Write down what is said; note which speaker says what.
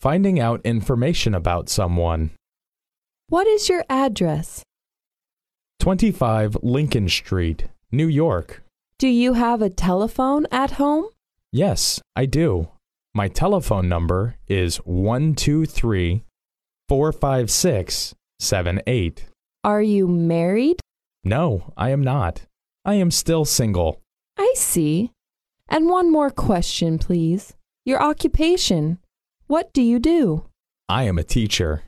Speaker 1: Finding out information about someone.
Speaker 2: What is your address?
Speaker 1: 25 Lincoln Street, New York.
Speaker 2: Do you have a telephone at home?
Speaker 1: Yes, I do. My telephone number is 123 456 78.
Speaker 2: Are you married?
Speaker 1: No, I am not. I am still single.
Speaker 2: I see. And one more question, please. Your occupation. What do you do?
Speaker 1: I am a teacher.